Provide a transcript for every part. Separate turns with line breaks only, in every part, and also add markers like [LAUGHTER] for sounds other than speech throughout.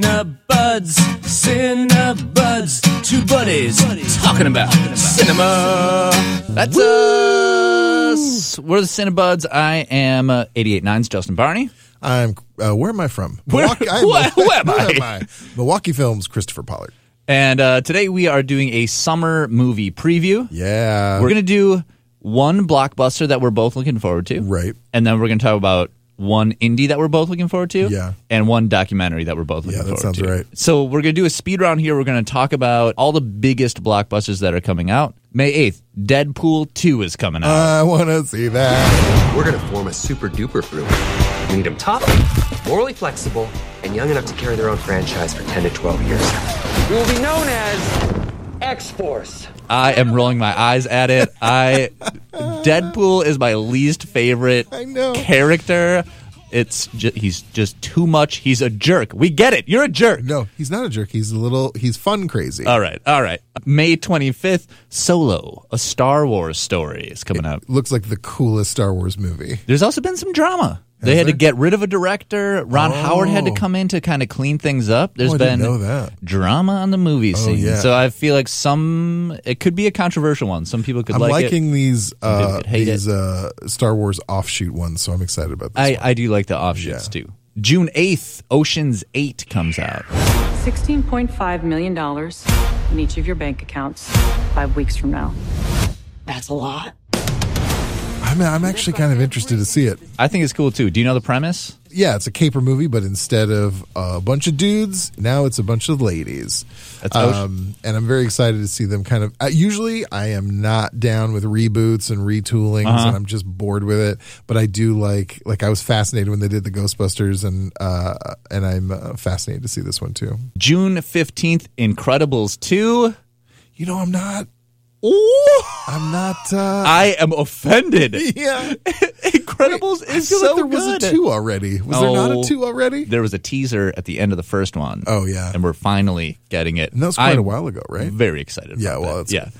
Cinebuds, Cinebuds, two buddies, talking about, cinema.
That's us. We're the Cinebuds. I am uh, 889's Justin Barney.
I'm. Uh, where am I from?
[LAUGHS] Where-
I'm- [LAUGHS]
Who- who am I?
Milwaukee Films. Christopher Pollard.
And uh, today we are doing a summer movie preview.
Yeah.
We're going to do one blockbuster that we're both looking forward to.
Right.
And then we're going to talk about one indie that we're both looking forward to.
Yeah.
And one documentary that we're both looking
Yeah, that
forward
sounds
to.
right.
So we're going to do a speed round here. We're going to talk about all the biggest blockbusters that are coming out. May 8th, Deadpool 2 is coming out.
I want to see that.
We're gonna form a super duper group. We need them tough, morally flexible, and young enough to carry their own franchise for 10 to 12 years.
We will be known as X Force.
I am rolling my eyes at it. I Deadpool is my least favorite
I know.
character. It's ju- he's just too much. He's a jerk. We get it. You're a jerk.
No, he's not a jerk. He's a little. He's fun crazy.
All right. All right. May 25th, Solo, a Star Wars story is coming out.
Looks like the coolest Star Wars movie.
There's also been some drama. They had to get rid of a director. Ron Howard had to
Oh.
come in to kind of clean things up. There's
I
been
didn't know that. Oh,
drama on the movie scene.
yeah.
So I feel like some it could be a controversial one. Some people could
I'm
like it.
liking these uh,
could hate
these
it.
uh, Star Wars offshoot ones, so I'm excited about this.
I, I do like the offshoots
Yeah.
too. June 8th, Ocean's 8 comes out.
$16.5 million in each of your bank accounts five weeks from now.
That's a lot.
I'm, I'm actually kind of interested to see it.
I think it's cool too. Do you know the premise?
Yeah, it's a caper movie, but instead of a bunch of dudes, now it's a bunch of ladies.
That's Ocean.
um, and I'm very excited to see them kind of. Uh, usually, I am not down with reboots and retoolings, and I'm just bored with it. But I do like, like I was fascinated when they did the Ghostbusters, and uh, and I'm uh, fascinated to see this one too.
June 15th, Incredibles 2.
You know, I'm not,
Ooh,
I'm not.
[LAUGHS]
Uh,
I am
[LAUGHS]
offended.
yeah,
Incredibles is
I feel
so
like there was
good.
a two already. Was there not
Oh.
a two already?
There was a teaser at the end of the first one.
Oh, yeah.
and we're finally getting it.
and that was quite
I'm
a while ago, right?
Very excited.
Yeah,
about
well,
that. yeah.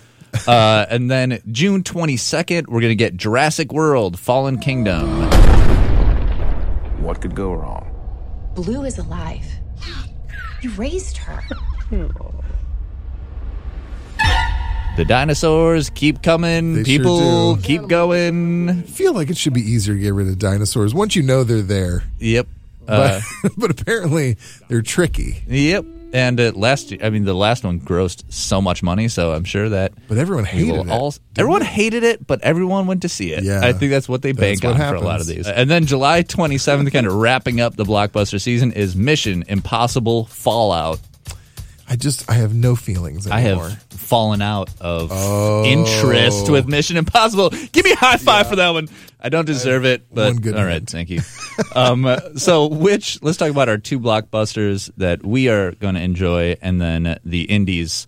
[LAUGHS] uh, and then June 22nd, we're gonna get Jurassic World: Fallen Kingdom.
What could go wrong?
Blue is alive. You raised her.
The dinosaurs keep coming.
They sure
People
do.
keep going.
I feel like it should be easier to get rid of dinosaurs once you know they're there.
Yep. Uh,
But, [LAUGHS] but apparently they're tricky.
yep. And uh, last, I mean, the last one grossed so much money, so I'm sure that
But everyone
we
hated
will
it.
all. Everyone hated it, but everyone went to see it.
Yeah.
I think that's what they
That's
bank
what
on for a lot of
happens.
these. And then July 27th,
[LAUGHS]
kind of wrapping up the blockbuster season, is Mission Impossible Fallout.
I just I have no feelings
I
anymore.
have fallen out of interest
Oh.
with Mission Impossible. Give me a high five for that one. I don't deserve it, but
one good
all right,
moment.
thank you.
[LAUGHS]
um, uh, so, which let's talk about our two blockbusters that we are going to enjoy, and then the indies.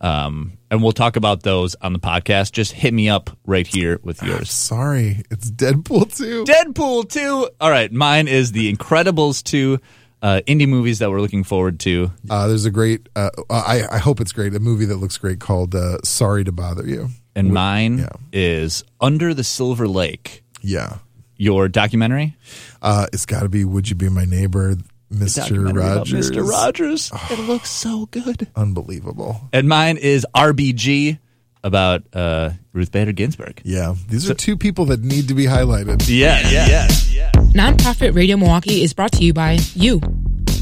Um, and we'll talk about those on the podcast. Just hit me up right here with yours.
Sorry, it's Deadpool 2.
Deadpool 2. All right, mine is The Incredibles 2, uh, indie movies that we're looking forward to.
uh, there's a great uh, I I hope it's great, a movie that looks great called uh, Sorry to Bother You.
And mine
yeah.
is Under the Silver Lake.
Yeah.
your documentary,
Uh, it's got to be Would You Be My Neighbor, Mr.
Documentary about
Rogers.
Mr. Rogers. it looks so good.
Unbelievable.
And mine is RBG about uh, Ruth Bader Ginsburg.
Yeah. These are two people that need to be
[LAUGHS]
highlighted.
Yes, yes, yes.
Nonprofit Radio Milwaukee is brought to you by you.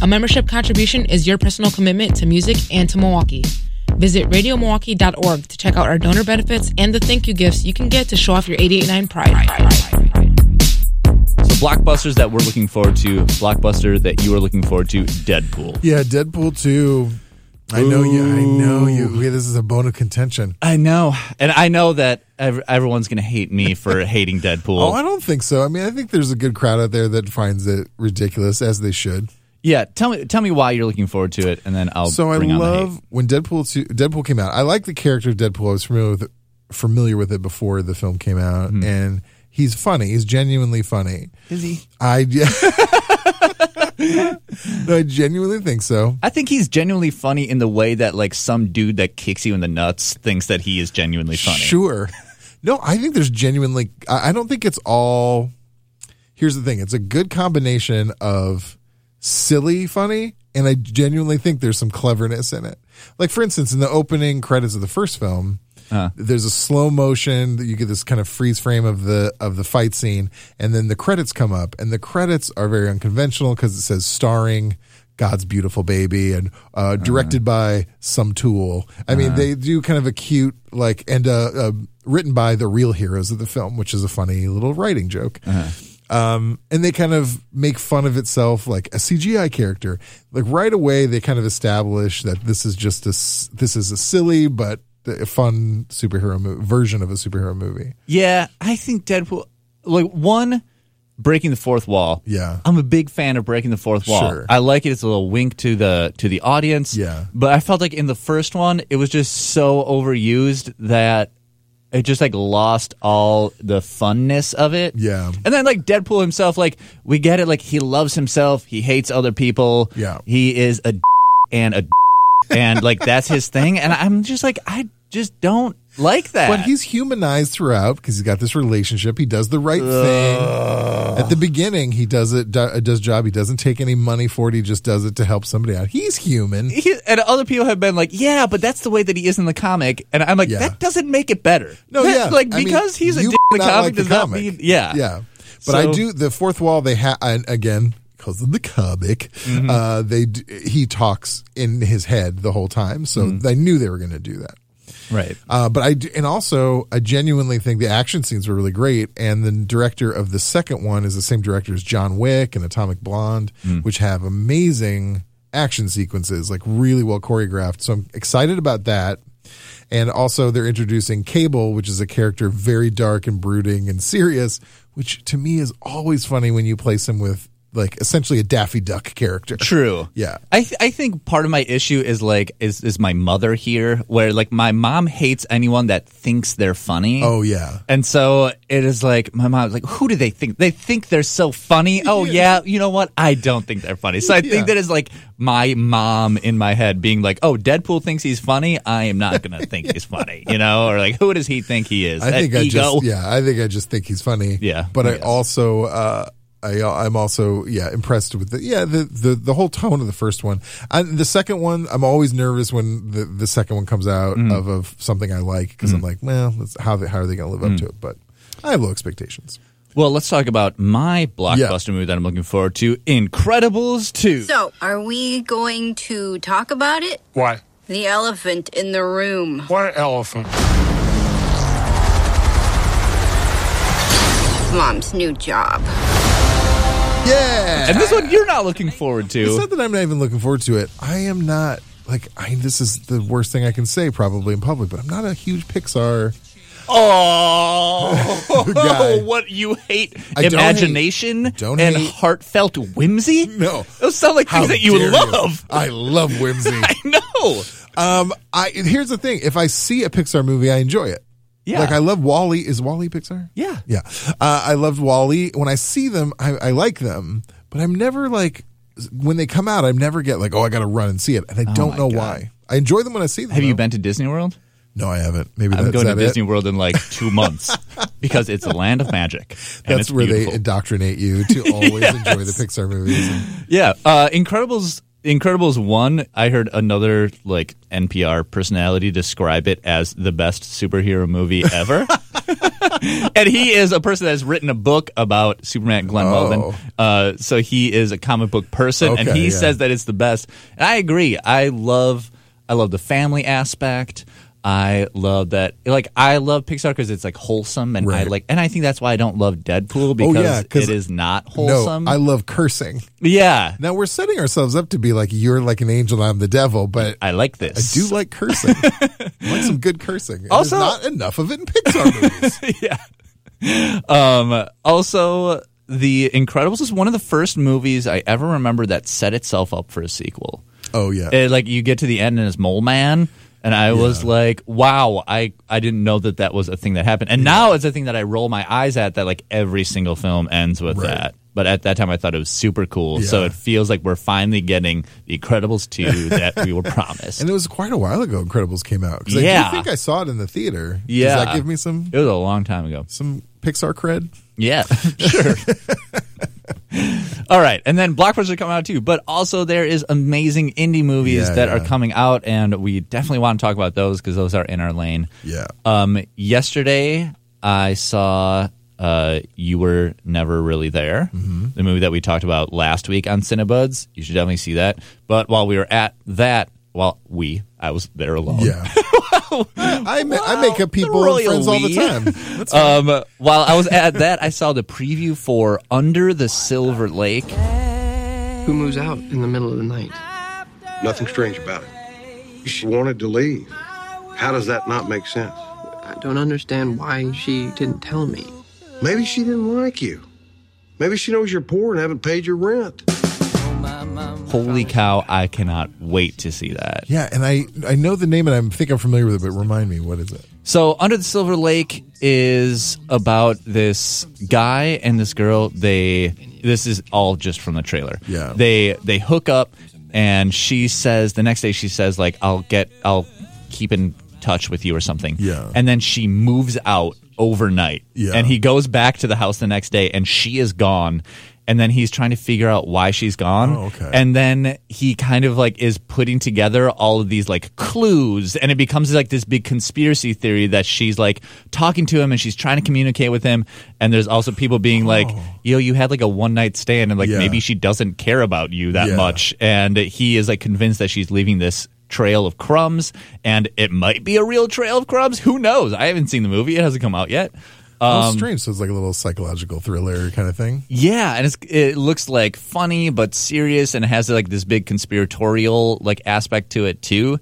A membership contribution is your personal commitment to music and to Milwaukee. Visit radiomilwaukee.org to check out our donor benefits and the thank you gifts you can get to show off your 889 pride.
So blockbusters that we're looking forward to, blockbuster that you are looking forward to, Deadpool.
Yeah, Deadpool 2. I know you. I know you. Yeah, this is a bone of contention.
I know, and I know that ev- everyone's going to hate me [LAUGHS] for hating Deadpool.
Oh, I don't think so. I mean, I think there's a good crowd out there that finds it ridiculous, as they should.
yeah, tell me, tell me why you're looking forward to it, and then I'll.
So I
bring on the hate.
love when Deadpool two, Deadpool came out. I like the character of Deadpool. I was familiar with familiar with it before the film came out,
Hmm.
and he's funny. He's genuinely funny. Is he? I [LAUGHS] no, I genuinely think so.
I think he's genuinely funny in the way that like some dude that kicks you in the nuts thinks that he is genuinely funny.
Sure. [LAUGHS] No, I think there's genuinely. I I don't think it's all. Here's the thing: it's a good combination of silly funny and I genuinely think there's some cleverness in it. Like for instance, in the opening credits of the first film, there's a slow motion that you get this kind of freeze frame of the of the fight scene, and then the credits come up, and the credits are very unconventional because it says starring. God's beautiful baby and uh, directed by some tool. I mean, they do kind of a cute like and uh, uh, written by the real heroes of the film, which is a funny little writing joke um, and they kind of make fun of itself like a CGI character. Like right away, they kind of establish that this is just a s- this is a silly but a fun superhero mo- version of a superhero movie.
Yeah, I think Deadpool. Like one, breaking the fourth wall.
Yeah.
I'm a big fan of breaking the fourth wall.
Sure.
I like it. It's a little wink to the to the audience.
Yeah.
but I felt like in the first one, it was just so overused that it just like lost all the funness of it.
Yeah.
and then like Deadpool himself, like we get it. Like he loves himself. He hates other people.
Yeah.
he is a d- and a d- and like that's his thing. And I'm just like I just don't like that.
But he's humanized throughout because he's got this relationship. He does the right thing at the beginning. He does it do- does job. He doesn't take any money for it. He just does it to help somebody out. He's human.
he, and other people have been like, yeah, but that's the way that he is in the comic, and I'm like,
Yeah.
that doesn't make it better. [LAUGHS]
No,
That-
yeah,
like
I mean,
because he's a
you
dick in the
not
comic
like
does
comic.
not mean yeah,
yeah. But I
So-
do the fourth wall. They have again because of the comic.
Mm-hmm.
Uh, they d- he talks in his head the whole time, so
Mm-hmm.
I knew they were going to do that.
right.
Uh, but I d- and also I genuinely think the action scenes were really great, and the director of the second one is the same director as John Wick and Atomic Blonde, which have amazing action sequences, like really well choreographed. So I'm excited about that. And also, they're introducing Cable, which is a character very dark and brooding and serious, which to me is always funny when you place him with like essentially a Daffy Duck character.
True.
Yeah.
I th- I think part of my issue is like is is my mother here, where like my mom hates anyone that thinks they're funny.
Oh yeah.
And so it is like my mom's like, who do they think? They think they're so funny. Oh yeah, you know what? I don't think they're funny. So I think
Yeah.
that is like my mom in my head being like, oh, Deadpool thinks he's funny. I am not
[LAUGHS]
gonna think he's funny, you know? Or like, who does he think he is?
I
That
think
ego.
I just yeah, I think I just think he's funny.
Yeah,
but
I
I
guess.
also uh, I I'm also yeah impressed with the yeah the the, the whole tone of the first one. And the second one, I'm always nervous when the, the second one comes out
Mm.
of, of something I like because I'm like, well, let's, how they, how are they going to live
Mm.
up to it? But I have low expectations.
Well, let's talk about my blockbuster movie that I'm looking forward to, Incredibles Two.
So, are we going to talk about it?
Why?
The elephant in the room.
What elephant?
Mom's new job.
Yeah,
and this one you're not looking forward to.
it's not that I'm not even looking forward to it. I am not like I. This is the worst thing I can say probably in public, but I'm not a huge Pixar. [LAUGHS]
Oh,
Guy.
[LAUGHS] what you hate
I don't
imagination
hate- don't
and
hate-
heartfelt whimsy?
No.
Those sound like
How
things [LAUGHS] that you
dare [LAUGHS]
love.
I
[LAUGHS]
love whimsy.
I know.
Um, I here's the thing: if I see a Pixar movie, I enjoy it.
Yeah.
like I love Wally. Is Wally Pixar?
Yeah.
yeah. Uh, I loved Wally. When I see them, I, I like them, but I'm never like when they come out. I never get like, oh, I got to run and see it, and I don't
Oh my
know
God.
why. I enjoy them when I see them.
Have you
though.
been to Disney World?
No, I haven't. Maybe
I'm
that's
going to
that it?
Disney World in like two
[LAUGHS]
months because it's a land of magic. and
That's
it's
where
beautiful.
they indoctrinate
[LAUGHS]
you to always enjoy the Pixar movies.
Yeah, uh, Incredibles. Incredibles one. I heard another like NPR personality describe it as the best superhero movie
[LAUGHS]
ever. and he is a person that's written a book about Superman, Glenn
Oh.
Weldon. Uh, so he is a comic book person, and
Okay,
he
yeah.
says that it's the best. And I agree. I love. I love the family aspect. I love that. Like I love Pixar because it's like wholesome, and I
Right. Oh,
like. And I think that's why I don't love Deadpool because
yeah, 'cause-
it is not
no,
[LAUGHS] wholesome.
I love cursing.
yeah.
Now we're setting ourselves up to be like you're like an angel, I'm the devil, but
I like
I
this.
do
[LAUGHS]
like cursing. I like some good cursing. And
Also-
there's not enough of it in Pixar
[LAUGHS]
movies.
Um, also, The Incredibles is one of the first movies I ever remember that set itself up for a sequel.
oh yeah.
It, like you get to the end and it's Mole Man, and I was like, "Wow, I I didn't know that that was a thing that happened." And now it's a thing that I roll my eyes at. That like every single film ends with
Right.
that. But at that time, I thought it was super cool. So
Yeah.
it feels like we're finally getting The Incredibles
[LAUGHS]
two that we were promised.
and it was quite a while ago Incredibles came out. 'cause I
Yeah.
do think I saw it in the theater.
Yeah.
Does that give me some
It was a long time ago. [LAUGHS]
some Pixar cred?
Yeah, sure. All right, and then blockbusters are coming out too, but also there is amazing indie movies
Yeah,
that are
yeah.
coming out, and we definitely want to talk about those because those are in our lane.
Yeah.
Um, yesterday I saw uh, "You Were Never Really There,"
Mm-hmm.
the movie that we talked about last week on Cinebuds. You should definitely see that. But while we were at that, while we, I was there alone. [LAUGHS]
Yeah. I, ma- I make up people
really
and friends all the
elite.
[LAUGHS] time.
Um, while I was at that, I saw the preview for Under the Silver Lake.
Who moves out in the middle of the night?
Nothing strange about it. She wanted to leave. How does that not make sense?
I don't understand why she didn't tell me.
Maybe she didn't like you. Maybe she knows you're poor and haven't paid your rent.
Holy cow, I cannot wait to see that.
Yeah, and I I know the name and I think I'm familiar with it, but remind me what is it?
So, Under the Silver Lake is about this guy and this girl. They this is all just from the trailer.
Yeah.
They they hook up and she says the next day she says like I'll get I'll keep in touch with you or something.
Yeah.
And then she moves out overnight.
Yeah.
And he goes back to the house the next day and she is gone. And then he's trying to figure out why she's gone.
Oh, okay.
And then he kind of like is putting together all of these like clues and it becomes like this big conspiracy theory that she's like talking to him and she's trying to communicate with him and there's also people being like yo you had like a one night stand and like
Oh. Yeah.
maybe she doesn't care about you that
Yeah.
much and he is like convinced that she's leaving this trail of crumbs and it might be a real trail of crumbs who knows i haven't seen the movie it hasn't come out yet Um,
Oh, strange. So it's like a little psychological thriller kind of thing.
yeah, and it's, it looks like funny but serious, and it has like this big conspiratorial like aspect to it too.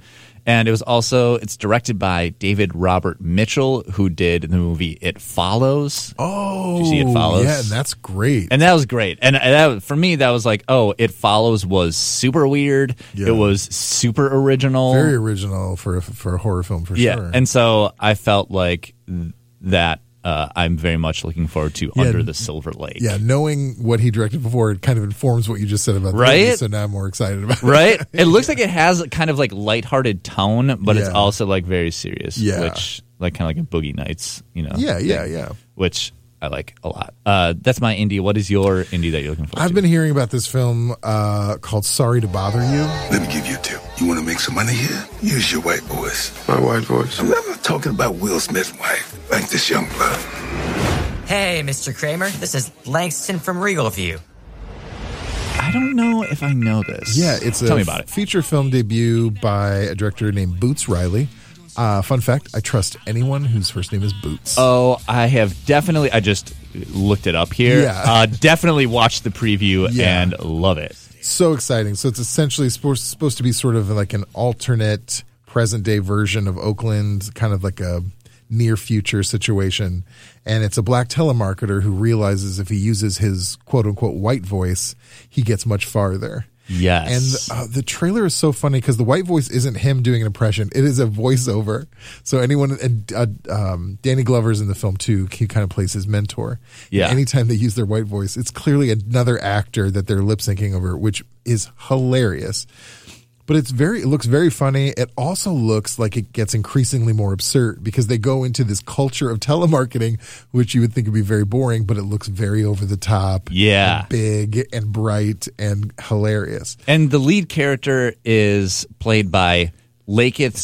And it was also it's directed by David Robert Mitchell, who did the movie It Follows.
Oh,
Did you see It Follows?
Yeah, and that's great.
And that was great. And and that, for me, that was like, oh, It Follows was super weird.
Yeah.
It was super original.
very original for a, for a horror film for
yeah.
sure.
And so I felt like th- that uh, I'm very much looking forward to Under the Silver Lake.
yeah, knowing what he directed before, it kind of informs what you just said about the
Right?
movie, so now I'm more excited about it.
right? It looks like it has a kind of like lighthearted tone, but it's
Yeah.
also like very serious.
Yeah.
Which like kind of like a Boogie Nights, you know?
[LAUGHS] Yeah, yeah,
thing,
yeah.
Which I like a lot. Uh, that's my indie. What is your indie that you're looking for?
I've been hearing about this film uh, called Sorry to Bother You.
Let me give you a tip. You want to make some money here? Use your white voice.
My white voice.
I'm not talking about Will Smith's wife, like this young blood.
Hey, Mr. Kramer, this is Langston from Regal View.
I don't know if I know this.
Yeah, it's a
tell me about it.
feature film debut by a director named Boots Riley. Uh, fun fact: I trust anyone whose first name is Boots.
Oh, I have definitely. I just looked it up here.
Yeah.
Uh, definitely watched the preview
Yeah.
and love it.
so exciting. So it's essentially supposed, supposed to be sort of like an alternate present day version of Oakland, kind of like a near future situation. And it's a black telemarketer who realizes if he uses his quote unquote white voice, he gets much farther.
Yes.
And uh, the trailer is so funny because the white voice isn't him doing an impression; it is a voiceover. So anyone and uh, um, Danny Glover's in the film too. He kind of plays his mentor.
Yeah.
Anytime they use their white voice, it's clearly another actor that they're lip syncing over, which is hilarious. But it's very, it looks very funny. It also looks like it gets increasingly more absurd because they go into this culture of telemarketing, which you would think would be very boring, but it looks very over the top.
Yeah.
and big and bright and hilarious.
And the lead character is played by Lakeith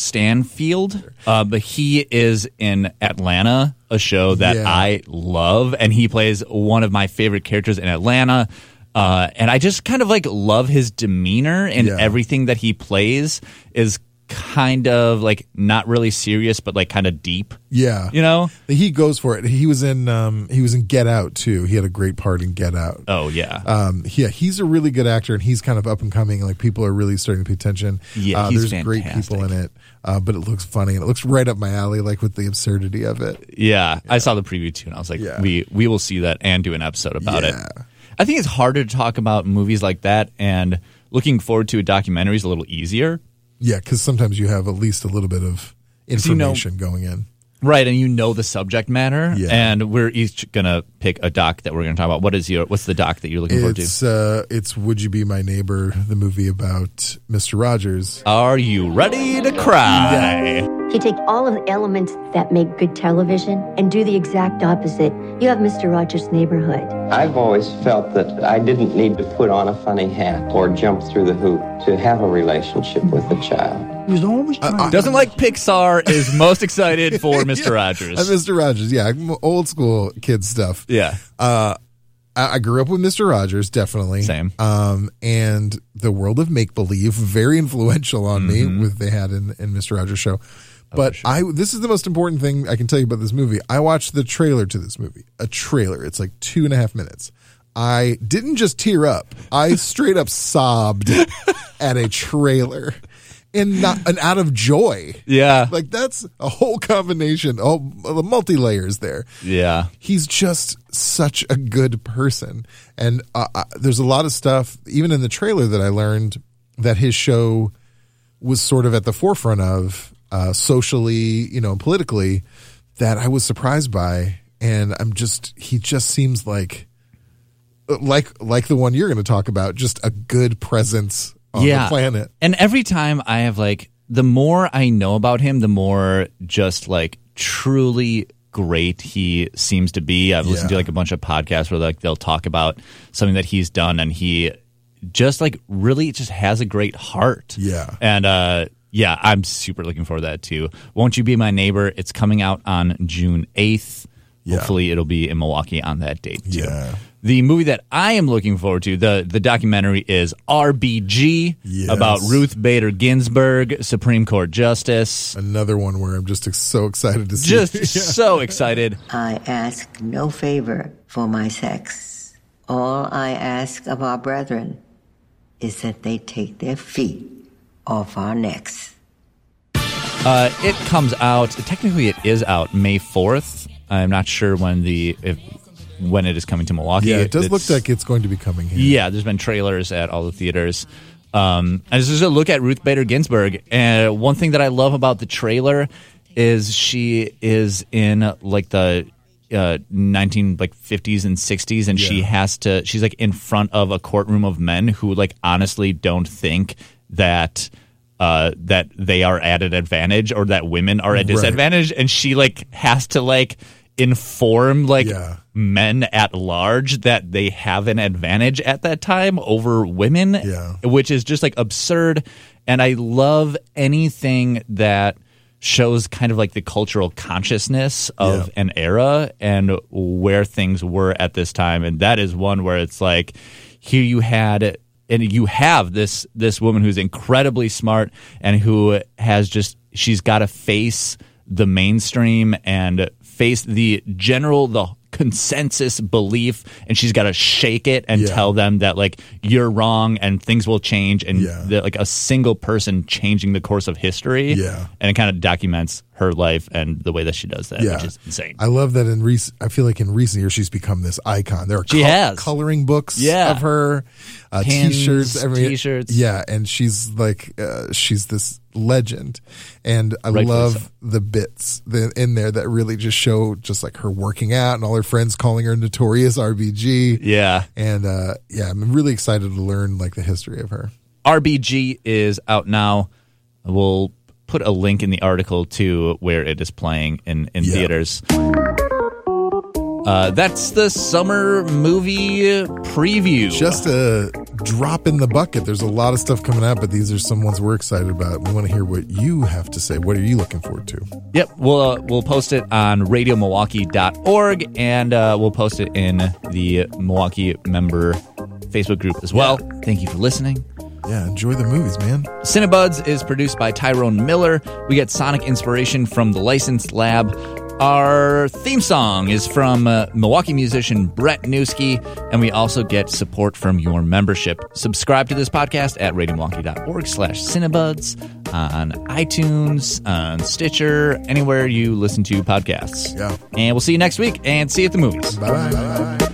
Stanfield, uh, but he is in Atlanta, a show that
Yeah.
I love, and he plays one of my favorite characters in Atlanta. Uh, and I just kind of like love his demeanor and
Yeah.
everything that he plays is kind of like not really serious, but like kind of deep.
Yeah.
You know?
He goes for it. He was in um he was in Get Out too. He had a great part in Get Out.
Oh yeah.
Um yeah, he's a really good actor and he's kind of up and coming. Like people are really starting to pay attention.
Yeah,
uh,
he's
there's great people in it. Uh, but it looks funny and it looks right up my alley, like with the absurdity of it.
Yeah, I saw the preview too, and I was like,
Yeah.
we we will see that and do an episode about
Yeah.
it. I think it's harder to talk about movies like that, and looking forward to a documentary is a little easier,
Yeah, because sometimes you have at least a little bit of
you know-
information going in.
right? And you know the subject matter,
Yeah.
and we're each gonna pick a doc that we're gonna talk about. What is your what's the doc that you're looking forward to?
It's uh it's Would You Be My Neighbor, the movie about Mr. Rogers.
Are you ready to cry?
You take all of the elements that make good television and do the exact opposite. You have Mr. Rogers' Neighborhood.
I've always felt that I didn't need to put on a funny hat or jump through the hoop to have a relationship with a child.
He's always doesn't like Pixar is most excited
[LAUGHS]
for Mr. Rogers.
Uh, Mr. Rogers, yeah, m- old school kid stuff.
Yeah.
Uh, I, I grew up with Mr. Rogers, definitely.
Same.
Um, and the world of make believe very influential on
Mhm.
me with they had in, in Mr. Rogers show.
Oh,
But I this is the most important thing I can tell you about this movie. I watched the trailer to this movie. A trailer. It's like two and a half minutes. I didn't just tear up.
[LAUGHS]
I straight up sobbed at a trailer. And not and out of joy.
Yeah.
Like that's a whole combination, all the multi layers there
Yeah.
he's just such a good person. And uh, uh, there's a lot of stuff, even in the trailer, that I learned that his show was sort of at the forefront of uh, socially, you know, politically, that I was surprised by. And I'm just, he just seems like, uh, like, like the one you're going to talk about, just a good presence on the planet.
And every time I have like the more I know about him, the more just like truly great he seems to be. I've listened to
Yeah.
like a bunch of podcasts where like they'll talk about something that he's done and he just like really just has a great heart.
Yeah.
And uh yeah, I'm super looking forward to that too. Won't you be my neighbor? It's coming out on June 8th.
Yeah.
Hopefully it'll be in Milwaukee on that date too.
Yeah.
The movie that I am looking forward to, the the documentary is RBG
Yes.
about Ruth Bader Ginsburg, Supreme Court
[LAUGHS]
Justice.
Another one where I'm just ex- so excited to see.
Just so excited.
I ask no favor for my sex. All I ask of our brethren is that they take their feet off our necks.
Uh, it comes out technically it is out May 4th. I'm not sure when the if, when it is coming to Milwaukee.
[LAUGHS] yeah, it does
It's-
look like it's going to be coming here.
Yeah, there's been trailers at all the theaters. Um, and this is a look at Ruth Bader Ginsburg. And one thing that I love about the trailer is she is in like the uh, 19 like 50s and 60s, and she
Yeah.
has to. She's like in front of a courtroom of men who like honestly don't think that. Uh, that they are at an advantage or that women are at
Right.
disadvantage and she like has to like inform like men at large that they have an advantage at that time over women,
Yeah.
which is just like absurd. And I love anything that shows kind of like the cultural consciousness of
Yeah.
an era and where things were at this time. And that is one where it's like, here you had and you have this this woman who's incredibly smart and who has just she's got to face the mainstream and face the general the consensus belief and she's got to shake it and
Yeah.
tell them that like you're wrong and things will change and
Yeah.
that, like a single person changing the course of history
Yeah.
and it kind of documents her life and the way that she does that
Yeah.
which is insane
I love that in recent. I feel like in recent years she's become this icon. There are
She
col-
has.
coloring books
Yeah.
of her, uh,
Pins,
t-shirts, every-
t-shirts.
Yeah, and she's like uh, she's this legend, and I
Rightfully
love
so.
the bits that, in there that really just show just like her working out and all her friends calling her notorious RBG.
yeah
and uh, yeah, I'm really excited to learn like the history of her.
RBG is out now. We'll put a link in the article to where it is playing in, in theaters. Uh, that's the summer movie preview.
Just a drop in the bucket. There's a lot of stuff coming out, but these are some ones we're excited about. We want to hear what you have to say. What are you looking forward to?
Yep, we'll uh, we'll post it on radiomilwaukee.org and uh, we'll post it in the Milwaukee member Facebook group as well. Thank you for listening.
Yeah, enjoy the movies, man.
Cinebuds is produced by Tyrone Miller. We get sonic inspiration from the Licensed Lab. Our theme song is from uh, Milwaukee musician Brett Newski, and we also get support from your membership. Subscribe to this podcast at radiomilwaukee.org slash Cinebuds on iTunes, on Stitcher, anywhere you listen to podcasts. Yeah. And we'll see you next week and see you at the movies.
Bye-bye.